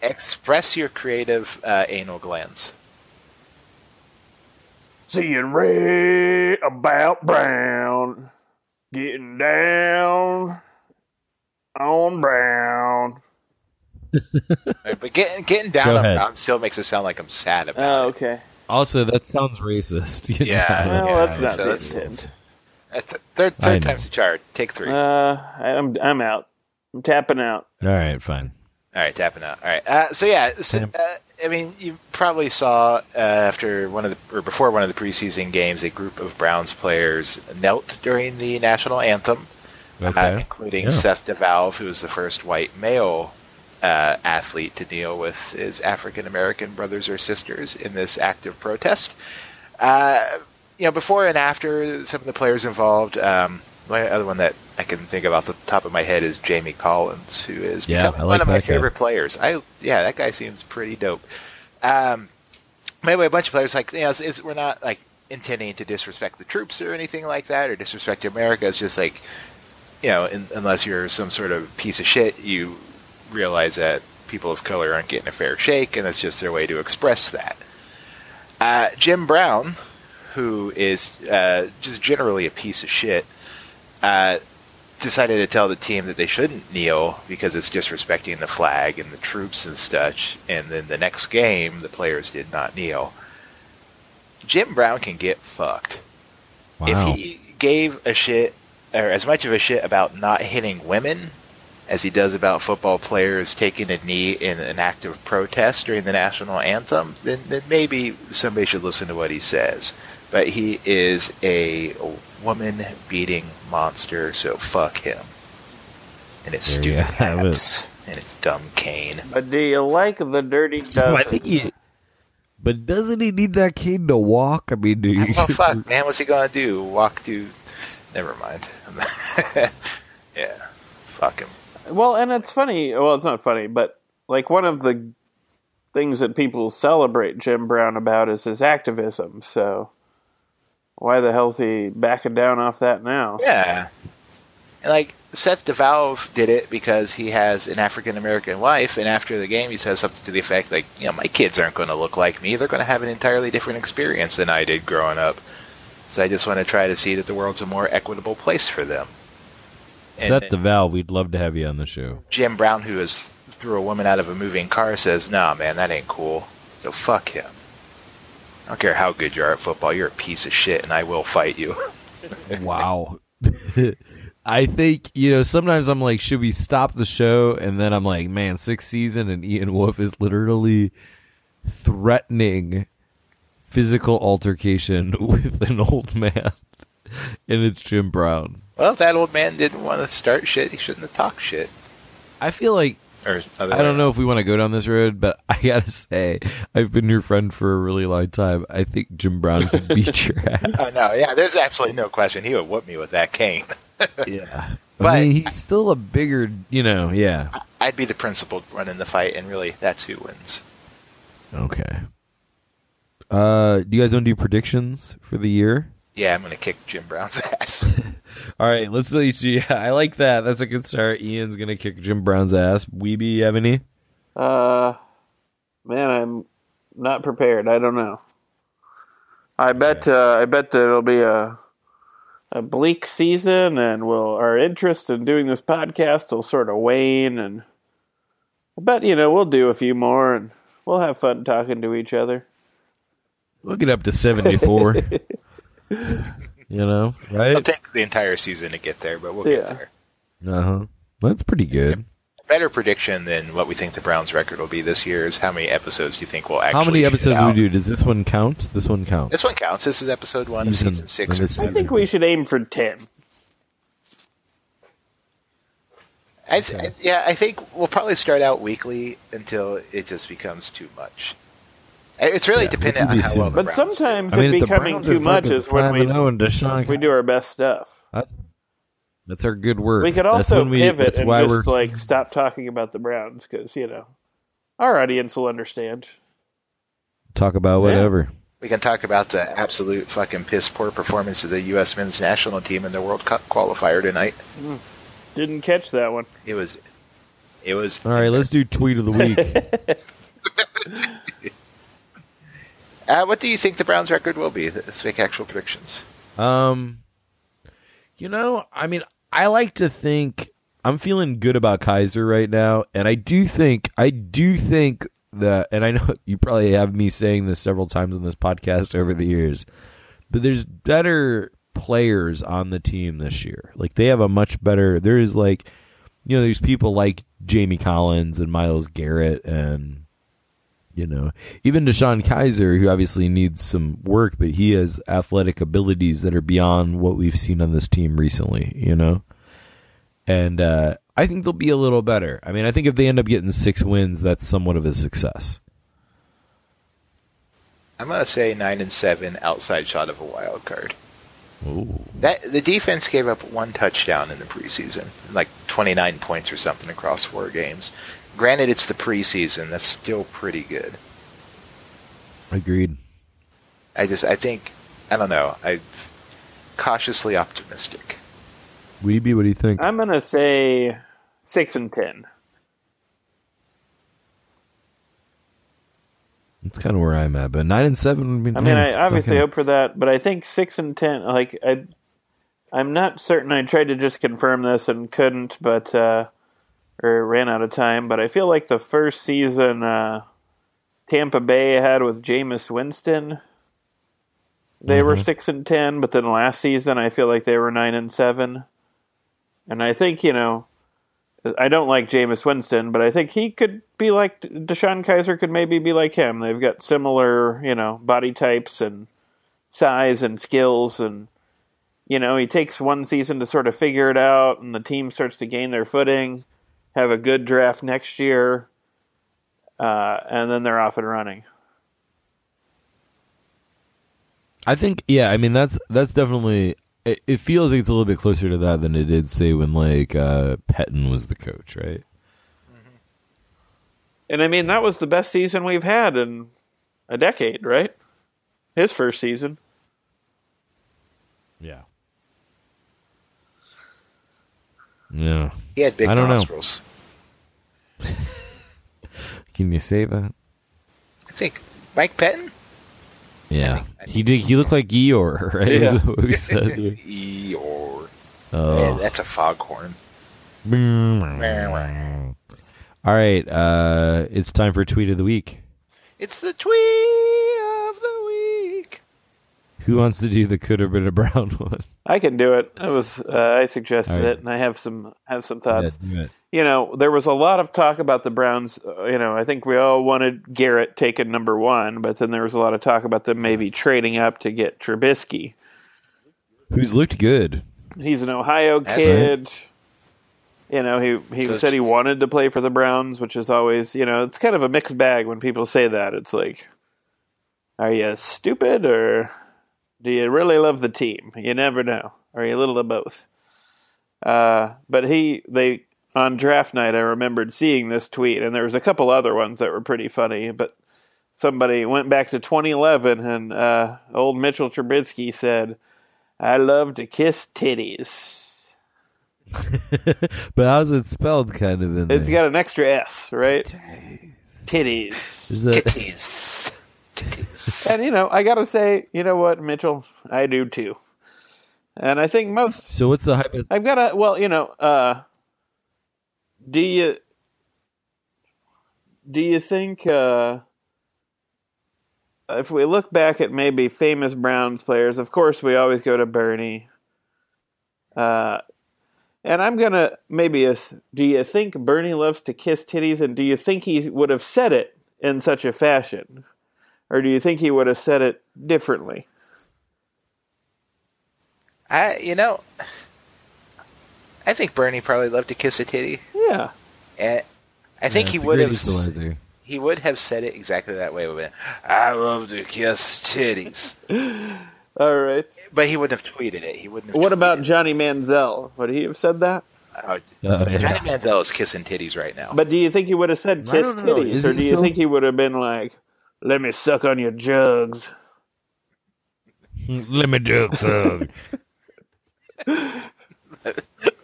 Express your creative uh, anal glands. Seeing red about brown. Getting down on brown. Right, but getting getting down Go on ahead. Brown still makes it sound like I'm sad about Oh, it. okay. Also, that sounds racist. you Yeah. know? Well, Yeah, that's not so the that's- intent. Uh, th- Third, I third know. time's a charm. Take three. All Uh, I'm I'm out. I'm tapping out. All right, fine. right, tapping out. All right. Uh, so yeah, so, uh, I mean, you probably saw uh, after one of the or before one of the preseason games, a group of Browns players knelt during the national anthem, uh, Okay. including Yeah. Seth DeValve, who was the first white male uh, athlete to kneel with his African American brothers or sisters in this act of protest. Uh, you know, before and after some of the players involved. Um, the other one that I can think of off the top of my head is Jamie Collins, who is Yeah, becoming I like one of my that guy. favorite players. I yeah, that guy seems pretty dope. Um, maybe a bunch of players like you know, it's, it's, we're not like intending to disrespect the troops or anything like that, or disrespect America. It's just like you know, in, unless you're some sort of piece of shit, you realize that people of color aren't getting a fair shake, and that's just their way to express that. Uh, Jim Brown, who is uh, just generally a piece of shit, uh, decided to tell the team that they shouldn't kneel because it's disrespecting the flag and the troops and such. And then the next game, the players did not kneel. Jim Brown can get fucked Wow. if he gave a shit or as much of a shit about not hitting women as he does about football players taking a knee in an act of protest during the national anthem, then, then maybe somebody should listen to what he says. But he is a woman beating monster, so fuck him. And it's There you stupid have it. hats, and it's dumb cane. But do you like the dirty uh, I dozen? think he. But doesn't he need that cane to walk? I mean, do you? Well, fuck, man, what's he gonna do? Walk to? Never mind. yeah, fuck him. Well, and it's funny. Well, it's not funny, but like one of the things that people celebrate Jim Brown about is his activism. So why the hell's he backing down off that now? Yeah. And like Seth DeValve did it because he has an African American wife, and after the game, he says something to the effect like, "You know, my kids aren't going to look like me. They're going to have an entirely different experience than I did growing up. So I just want to try to see that the world's a more equitable place for them." And Set the valve. We'd love to have you on the show. Jim Brown, who is threw a woman out of a moving car, says, "Nah, man, that ain't cool. So fuck him. I don't care how good you are at football. You're a piece of shit, and I will fight you." Wow. I think you know. Sometimes I'm like, should we stop the show? And then I'm like, man, sixth season, and Ian Wolf is literally threatening physical altercation with an old man, and it's Jim Brown. Well, if that old man didn't want to start shit, he shouldn't have talked shit. I feel like Or other I don't know if we want to go down this road, but I gotta say, I've been your friend for a really long time. I think Jim Brown could beat your ass. Oh no, yeah. There's absolutely no question. He would whoop me with that cane. Yeah, But- I mean, he's still a bigger, you know. Yeah. I'd be the principal running the fight, and really, that's who wins. Okay. Uh, do you guys want to do predictions for the year? Yeah, I'm gonna kick Jim Brown's ass. All right, let's each. Yeah, I like that. That's a good start. Ian's gonna kick Jim Brown's ass. Weeby, you have any? Uh, man, I'm not prepared. I don't know. I bet. Uh, I bet that it'll be a a bleak season, and we'll our interest in doing this podcast will sort of wane. And I bet you know we'll do a few more, and we'll have fun talking to each other. We'll get up to seventy-four. you know, It'll right? take the entire season to get there, but we'll get Yeah. there. Uh huh. That's pretty good. Better prediction than what we think the Browns' record will be this year is how many episodes you think will actually. How many get episodes do out. we do? Does this one count? This one counts. This one counts. This is episode one of Season- season six. of Or this I seven. think we should aim for ten. I th- I- yeah, I think we'll probably start out weekly until it just becomes too much. I- It's really dependent on be how well soon. the But Browns do. sometimes I mean, it if the becoming Browns too are much fucking is when 5-0 we and Deshaun we do our best stuff. That's, that's our good word. We could That's also when we- pivot that's and why just we're- like stop talking about the Browns because you know our audience will understand. talk about whatever. We can talk about the absolute fucking piss poor performance of the U.S. men's national team in the World Cup qualifier tonight. Didn't catch that one. It was, it was. All right, let's do tweet of the week. Uh, Uh, what do you think the Browns' record will be? Let's make actual predictions. Um, you know, I mean, I like to think I'm feeling good about Kaiser right now, and I do think I do think that, and I know you probably have me saying this several times on this podcast over the years, but there's better players on the team this year. Like they have a much better. There is like, you know, there's people like Jamie Collins and Miles Garrett and you know, even Deshaun Kaiser, who obviously needs some work, but he has athletic abilities that are beyond what we've seen on this team recently, you know? And uh, I think they'll be a little better. I mean, I think if they end up getting six wins, that's somewhat of a success. I'm going to say nine and seven, outside shot of a wild card. Ooh. That the defense gave up one touchdown in the preseason, like 29 points or something across four games. Granted, it's the preseason. That's still pretty good. Agreed. I just, I think, I don't know. I'm cautiously optimistic. Weeby, what do you think? I'm gonna say six and ten. That's kind of where I'm at, but nine and seven would be I mean, nice. It's I obviously like a- hope for that, but I think six and ten. Like I, I'm not certain. I tried to just confirm this and couldn't, but uh, or ran out of time. But I feel like the first season uh, Tampa Bay had with Jameis Winston, they were six and ten. But then last season, I feel like they were nine and seven. And I think you know, I don't like Jameis Winston, but I think he could be like Deshaun Kaiser could maybe be like him. They've got similar, you know, body types and size and skills and you know, he takes one season to sort of figure it out and the team starts to gain their footing, have a good draft next year, uh, and then they're off and running. I think yeah, I mean that's that's definitely it, it feels like it's a little bit closer to that than it did say when like uh Petton was the coach, right? And I mean that was the best season we've had in a decade, right? His first season. Yeah. Yeah. He had big I don't know. nostrils. Can you say that? I think Mike Pettin. Yeah. He did he looked like Eeyore, right? Is Yeah. that what we said. Eeyore. Man, oh. that's a foghorn. All right, uh it's time for tweet of the week. It's the tweet of the week. Who wants to do the could have been a brown one? I can do it. It was uh, I suggested All right. it, and I have some have some thoughts. Yeah, do it. you know, there was a lot of talk about the Browns. Uh, you know, I think we all wanted Garrett taken number one, but then there was a lot of talk about them maybe trading up to get Trubisky. Who's looked good? He's an Ohio That's kid. You know, he, he So said he it's- wanted to play for the Browns, which is always, you know, it's kind of a mixed bag when people say that. It's like, are you stupid or do you really love the team? You never know. Are you a little of both? Uh, but he, they, on draft night, I remembered seeing this tweet, and there was a couple other ones that were pretty funny, but somebody went back to 2011 and uh, old Mitchell Trubisky said, I love to kiss titties. but how's it spelled kind of in It's there? got an extra S, right? Titties. Is that- Titties. Titties. And you know, I gotta say, you know what, Mitchell, I do too. And I think most so what's the hypo- I've got a well, you know, uh do you do you think uh if we look back at maybe famous Browns players, of course we always go to Bernie. Uh and I'm going to maybe a, do you think Bernie loves to kiss titties and do you think he would have said it in such a fashion? Or do you think he would have said it differently? I, you know, I think Bernie probably loved to kiss a titty. Yeah. And I think Yeah, he it's a would great have s- equalizer. he would have said it exactly that way. But I love to kiss titties. All right. but he wouldn't have tweeted it. He wouldn't. Have What about tweeted Johnny Manziel? Would he have said that? it. Oh, Oh, yeah. Johnny Manziel is kissing titties right now. But do you think he would have said I kiss don't know. titties? Is Or he do you still- think he would have been like, let me suck on your jugs? Let me do it, so.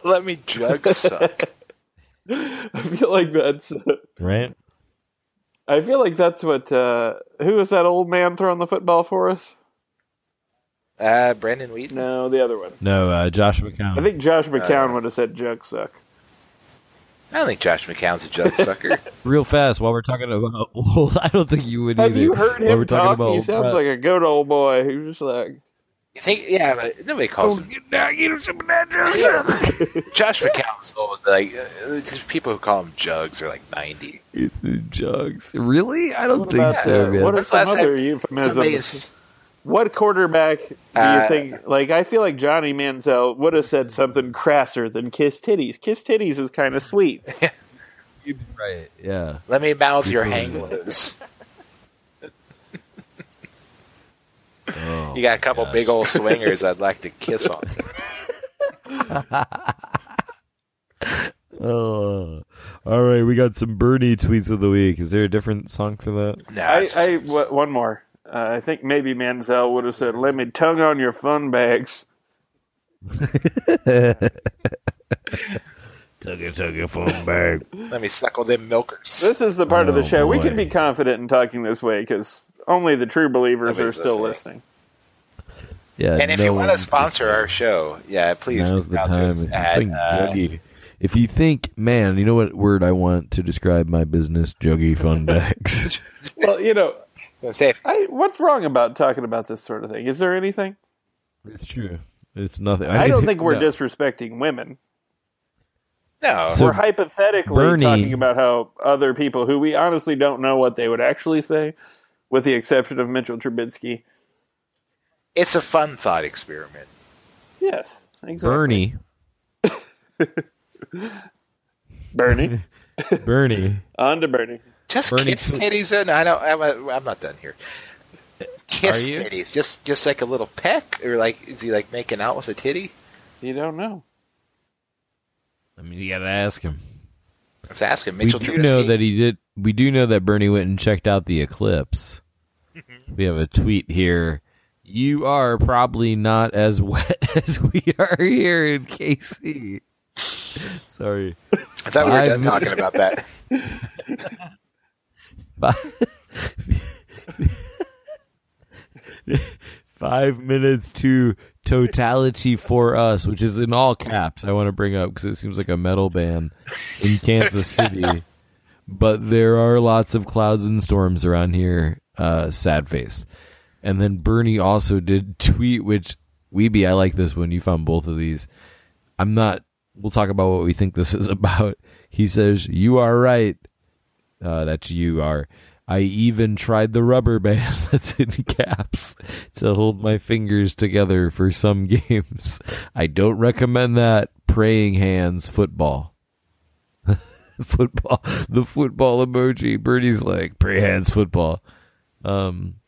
Let me drug suck. I feel like that's. right? I feel like that's what. Uh, who was that old man throwing the football for us? Uh, Brandon Wheaton. No, the other one. No, uh, Josh McCown. I think Josh McCown would have said jug suck. I don't think Josh McCown's a jug sucker. Real fast while we're talking about. Well, I don't think you would Have either. you heard While we're him talking talk? about He old sounds Brett. like a good old boy who's just like, you think? Yeah, but nobody calls him. Now Oh, you know some that jug. Josh McCown's old. Like uh, there's people who call him jugs are like ninety. It's been jugs. Really? I don't think about so. that? man. What are When's the last some other time euphemisms? Somebody's- What quarterback do you Uh, think? Like, I feel like Johnny Manziel would have said something crasser than kiss titties. Kiss titties is kind of sweet. right? Yeah. Let me mouth your People- hangers. Oh. You got a couple Yes. big old swingers I'd like to kiss on. Oh. All right, we got some Bernie tweets of the week. Is there a different song for that? No, I, it's just- I what, one more. Uh, I think maybe Manziel would have said, "Let me tongue on your fun bags." let me suckle them milkers. This is the part of Oh, the show we boy. can be confident in talking this way because only the true believers are Nobody's still listening. listening. Yeah. and if no you want one- to sponsor our show, yeah, please. now's the reach out to time. us If you, at, think uh, juggy, if you think, man, you know what word I want to describe my business? Juggy fun bags. Well, you know, gonna say, if- I, what's wrong about talking about this sort of thing? Is there anything? it's true. It's nothing. I don't think we're no. disrespecting women. no, So- we're hypothetically Bernie- talking about how other people who we honestly don't know what they would actually say, with the exception of Mitchell Trubisky. it's a fun thought experiment. Yes, exactly. Bernie. Bernie, Bernie. on to Bernie. Just Bernie kiss Fl- titties. And I don't. I'm, I'm not done here. Kiss Are you? titties. Just, just like a little peck, or like is he like making out with a titty? You don't know. I mean, you got to ask him. Let's ask him. Mitchell we do Trubisky. know that he did. We do know that Bernie went and checked out the eclipse. we have a tweet here. You are probably not as wet as we are here in KC. Sorry. I thought we were done I've- talking about that. Five minutes to totality for us, which is in all caps. I want to bring up because it seems like a metal band in Kansas City. But there are lots of clouds and storms around here. Uh, sad face. And then Bernie also did tweet, which Weeby, I like this one. You found both of these. I'm not. We'll talk about what we think this is about. He says, "You are right. Uh, that's you are. I even tried the rubber band that's in caps to hold my fingers together for some games. I don't recommend that. Praying hands football. football. The football emoji. Bernie's like, pray hands football. Um,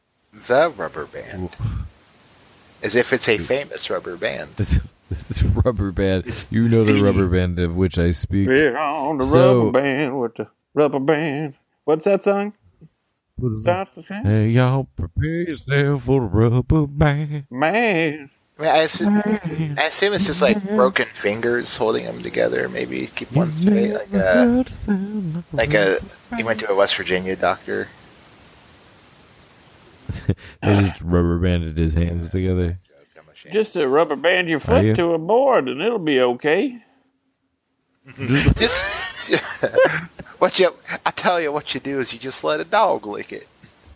The rubber band. As if it's a famous rubber band. this, this is rubber band. you know the rubber band of which I speak. We're on the So- rubber band with the rubber band. What's that song? Stop the train. Hey, y'all prepare yourself for the rubber band. Man, I, mean, I, assume, I assume it's just like broken fingers holding them together. Maybe keep one straight, like a like a. He went to a West Virginia doctor. They just rubber banded his hands together. I'm ashamed. just a rubber band your Are you? foot to a board and it'll be okay. Just, what you? I tell you, what you do is you just let a dog lick it.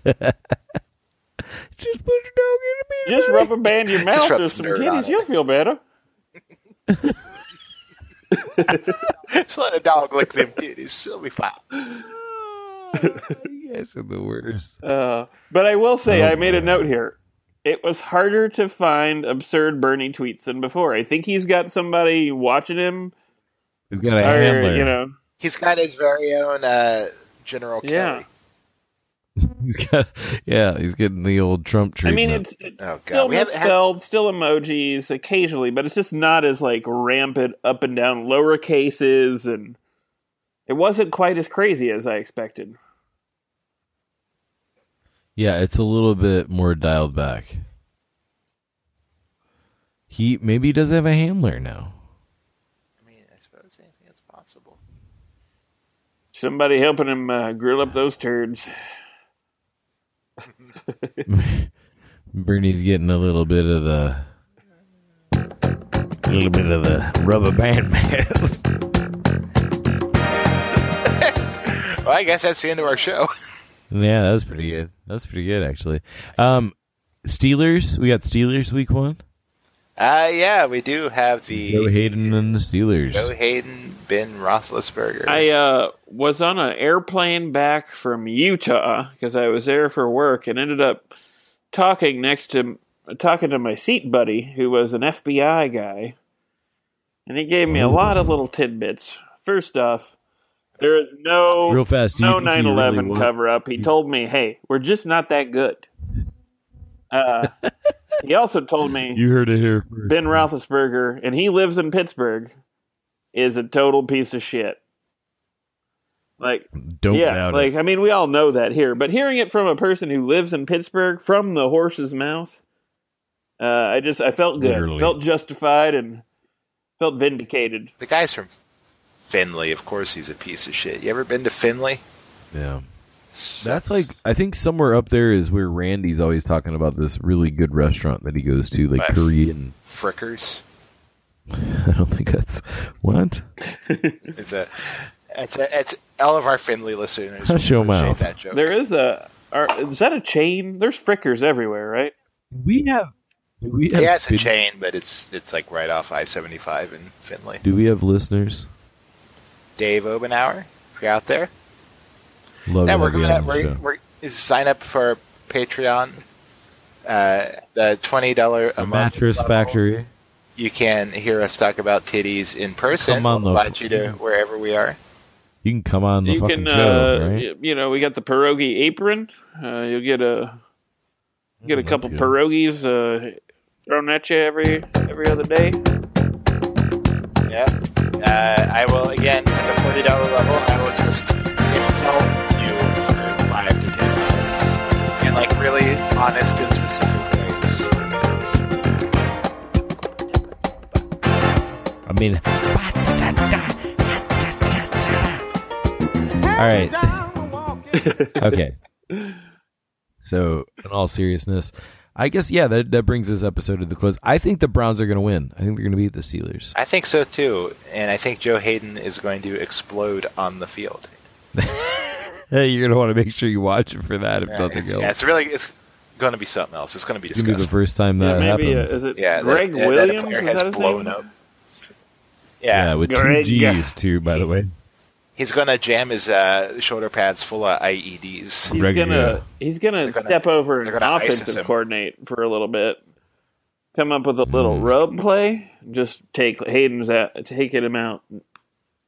Just put your dog in the bed. Just rubber band your Just mouth rub to some some dirt on kitties. it. You'll feel better. Just let a dog lick them titties. It'll be fine. Ah, you guys are the worst. Uh, but I will say, Oh, I made a man. note here. It was harder to find absurd Bernie tweets than before. I think he's got somebody watching him, We've got a or handler. you know, He's got his very own uh, General Yeah. Kelly. He's got, yeah, he's getting the old Trump I treatment. mean, it's it's Oh god, still we haven't had misspelled, still emojis occasionally, but it's just not as like rampant up and down lower cases, and it wasn't quite as crazy as I expected. yeah, it's a little bit more dialed back. He maybe he does have a handler now. I mean, I suppose anything is possible. Somebody helping him uh, grill up those turds. Bernie's getting a little bit of the, a little bit of the rubber band man. Well, Oh, I guess that's the end of our show. yeah, that was pretty good. That's pretty good actually. Um, Steelers, we got Steelers week one. Uh, yeah, we do have the Joe Hayden and the Joe Steelers. Hayden, Ben Roethlisberger. I uh, was on an airplane back from Utah because I was there for work and ended up talking next to talking to my seat buddy who was an FBI guy, and he gave me a lot of little tidbits. First off, there is no Real fast, do you no think he really 9/11 was- cover up. He told me, "Hey, we're just not that good." Uh, he also told me You heard it here first. Ben Roethlisberger, and he lives in Pittsburgh, is a total piece of shit. Like, Don't yeah, doubt like it. I mean, we all know that here, but hearing it from a person who lives in Pittsburgh from the horse's mouth, uh, I just I felt good, Literally. felt justified, and felt vindicated. the guy's from Finley. Of course, he's a piece of shit. You ever been to Finley? Yeah. That's like I think somewhere up there is where Randy's always talking about this really good restaurant that he goes to, like Right. Korean. Frickers. I don't think that's what. It's a, it's a, it's all of our Finley listeners. Hush your will appreciate mouth. That joke. There is a are, is that a chain? There's frickers everywhere, right? We have. Do we have yeah, it's a fin- chain, but it's it's like right off I seventy five in Finley. Do we have listeners? Dave Obenauer, if you're out there, Love yeah, to we're have you gonna on the we're, show. we're is sign up for our Patreon. Uh, the twenty dollar a The month mattress level. factory. You can hear us talk about titties in person. Come on, We'll the- invite you to wherever we are. You can come on the you fucking can, show, uh, right? y- you know, we got the pierogi apron. Uh, you'll get a get a Mm, couple that's good. pierogies uh, thrown at you every every other day. Yeah. Uh, I will again at the forty dollar level. I will just insult you for five to ten minutes in like really honest and specific ways. I mean. All right. okay. So, in all seriousness, I guess yeah, that that brings this episode to the close. I think the Browns are going to win. I think they're going to beat the Steelers. I think so too, and I think Joe Hayden is going to explode on the field. Hey, you're going to want to make sure you watch it for that, if nothing It's, else. yeah, it's really it's going to be something else. It's going to be it's going to be the disgusting. first time that yeah, maybe uh, happens. is it yeah, that- Greg that- that Williams? player Is has that his blown name? up. yeah, Yeah, with Greg. two G's too, by the way. he's going to jam his uh, shoulder pads full of E IEDs. He's Greg, gonna yeah. he's gonna, gonna- step over and they're gonna ISIS offensive him. coordinate for a little bit. Come up Mm. with a little rub play. Just take Hayden's out, taking him out,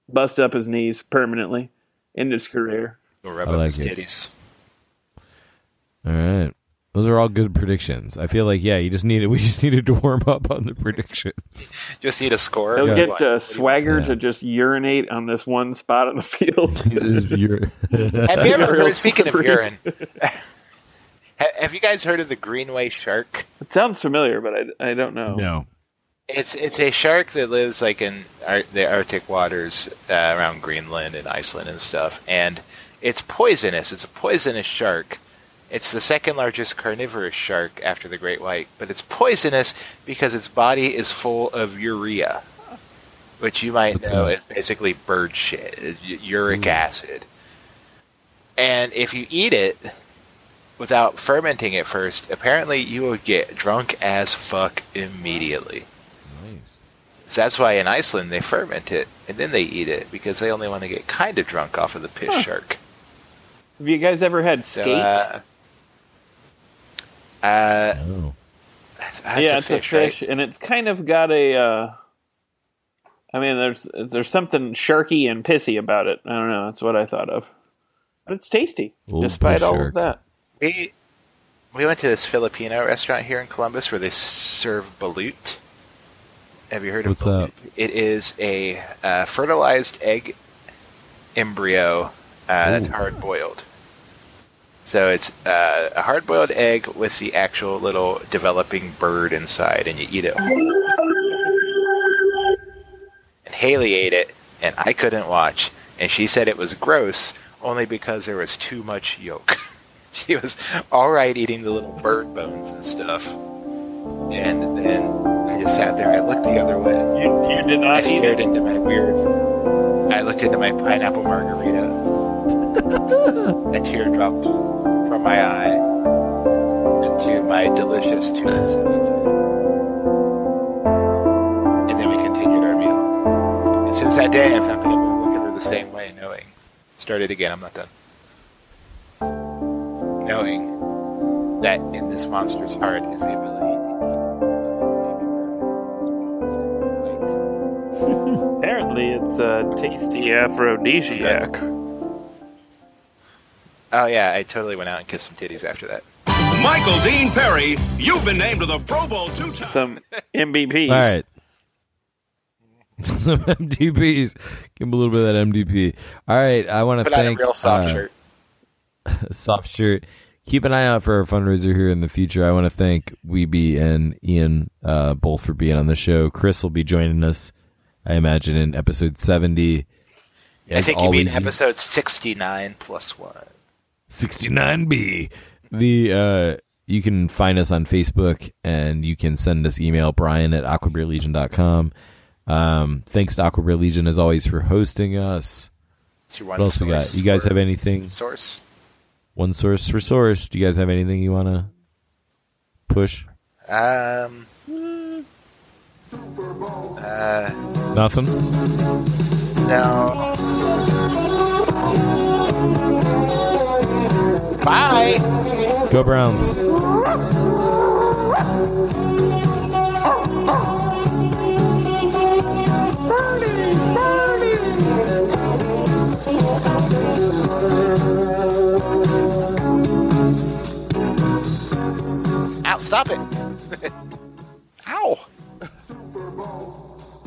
bust up his knees permanently, end his career. He'll Rub I up like his it. titties. All right. Those are all good predictions. I feel like yeah, you just needed we just needed to warm up on the predictions. Just need a score. He'll What get do you uh, want? swagger Yeah. to just urinate on this one spot on the This field. is your- Have you ever Real heard? Speaking of free. urine, ha- have you guys heard of the Greenway shark? it sounds familiar, but I, I don't know. no. It's it's a shark that lives like in ar- the Arctic waters uh, around Greenland and Iceland and stuff, and it's poisonous. It's a poisonous shark. It's the second largest carnivorous shark after the great white, but it's poisonous because its body is full of urea, which you might That's know nice. Mm. is basically bird shit, uh, u- uric acid. And if you eat it without fermenting it first, apparently you will get drunk as fuck immediately. Nice. So that's why in Iceland they ferment it and then they eat it because they only want to get kind of drunk off of the piss shark. Have you guys ever had So, skate? uh, uh, Oh. that's, that's yeah, a it's fish, a fish, and it's kind of got a. Uh, I mean, there's there's something sharky and pissy about it. I don't know. That's what I thought of. But it's tasty, Old despite bush all shark. of that. right? We, we went to this Filipino restaurant here in Columbus where they s- serve balut. Have you heard What's of balut? It is a uh, fertilized egg embryo uh, that's hard boiled. So it's uh, a hard boiled egg with the actual little developing bird inside, and you eat it. And Haley ate it, and I couldn't watch. and she said it was gross only because there was too much yolk. she was all right eating the little bird bones and stuff, and then I just sat there. I looked the other way. You, you did I not eat stared it. into my weird. I looked into my pineapple margarita. a tear dropped from my eye into my delicious tuna sandwich. And then we continued our meal. And since that day, I've not been able to look at her the same way, knowing. Start it again. I'm not done. Knowing that in this monster's heart is the ability to eat. Apparently, it's a tasty aphrodisiac. Oh yeah, I totally went out and kissed some titties after that. Michael Dean Perry, you've been named to the Pro Bowl two times. Some MVPs. All right. Some MDPs. Give him a little bit of that MDP. All right. I want to Put on a thank real soft uh, shirt. soft shirt. Keep an eye out for our fundraiser here in the future. I want to thank Weeby and Ian uh, both for being on the show. Chris will be joining us, I imagine, in episode 70. I As think you mean always, episode sixty-nine plus one. 69B. The uh, you can find us on Facebook and you can send us email brian at aquabeerlegion.com. Um, thanks to Aquabeer Legion as always for hosting us. It's your one What else we got? source You guys for- have anything? Source? One source for source. Do you guys have anything you want to push? Um, Nothing? no. Bye. Go Browns. Out. Stop it.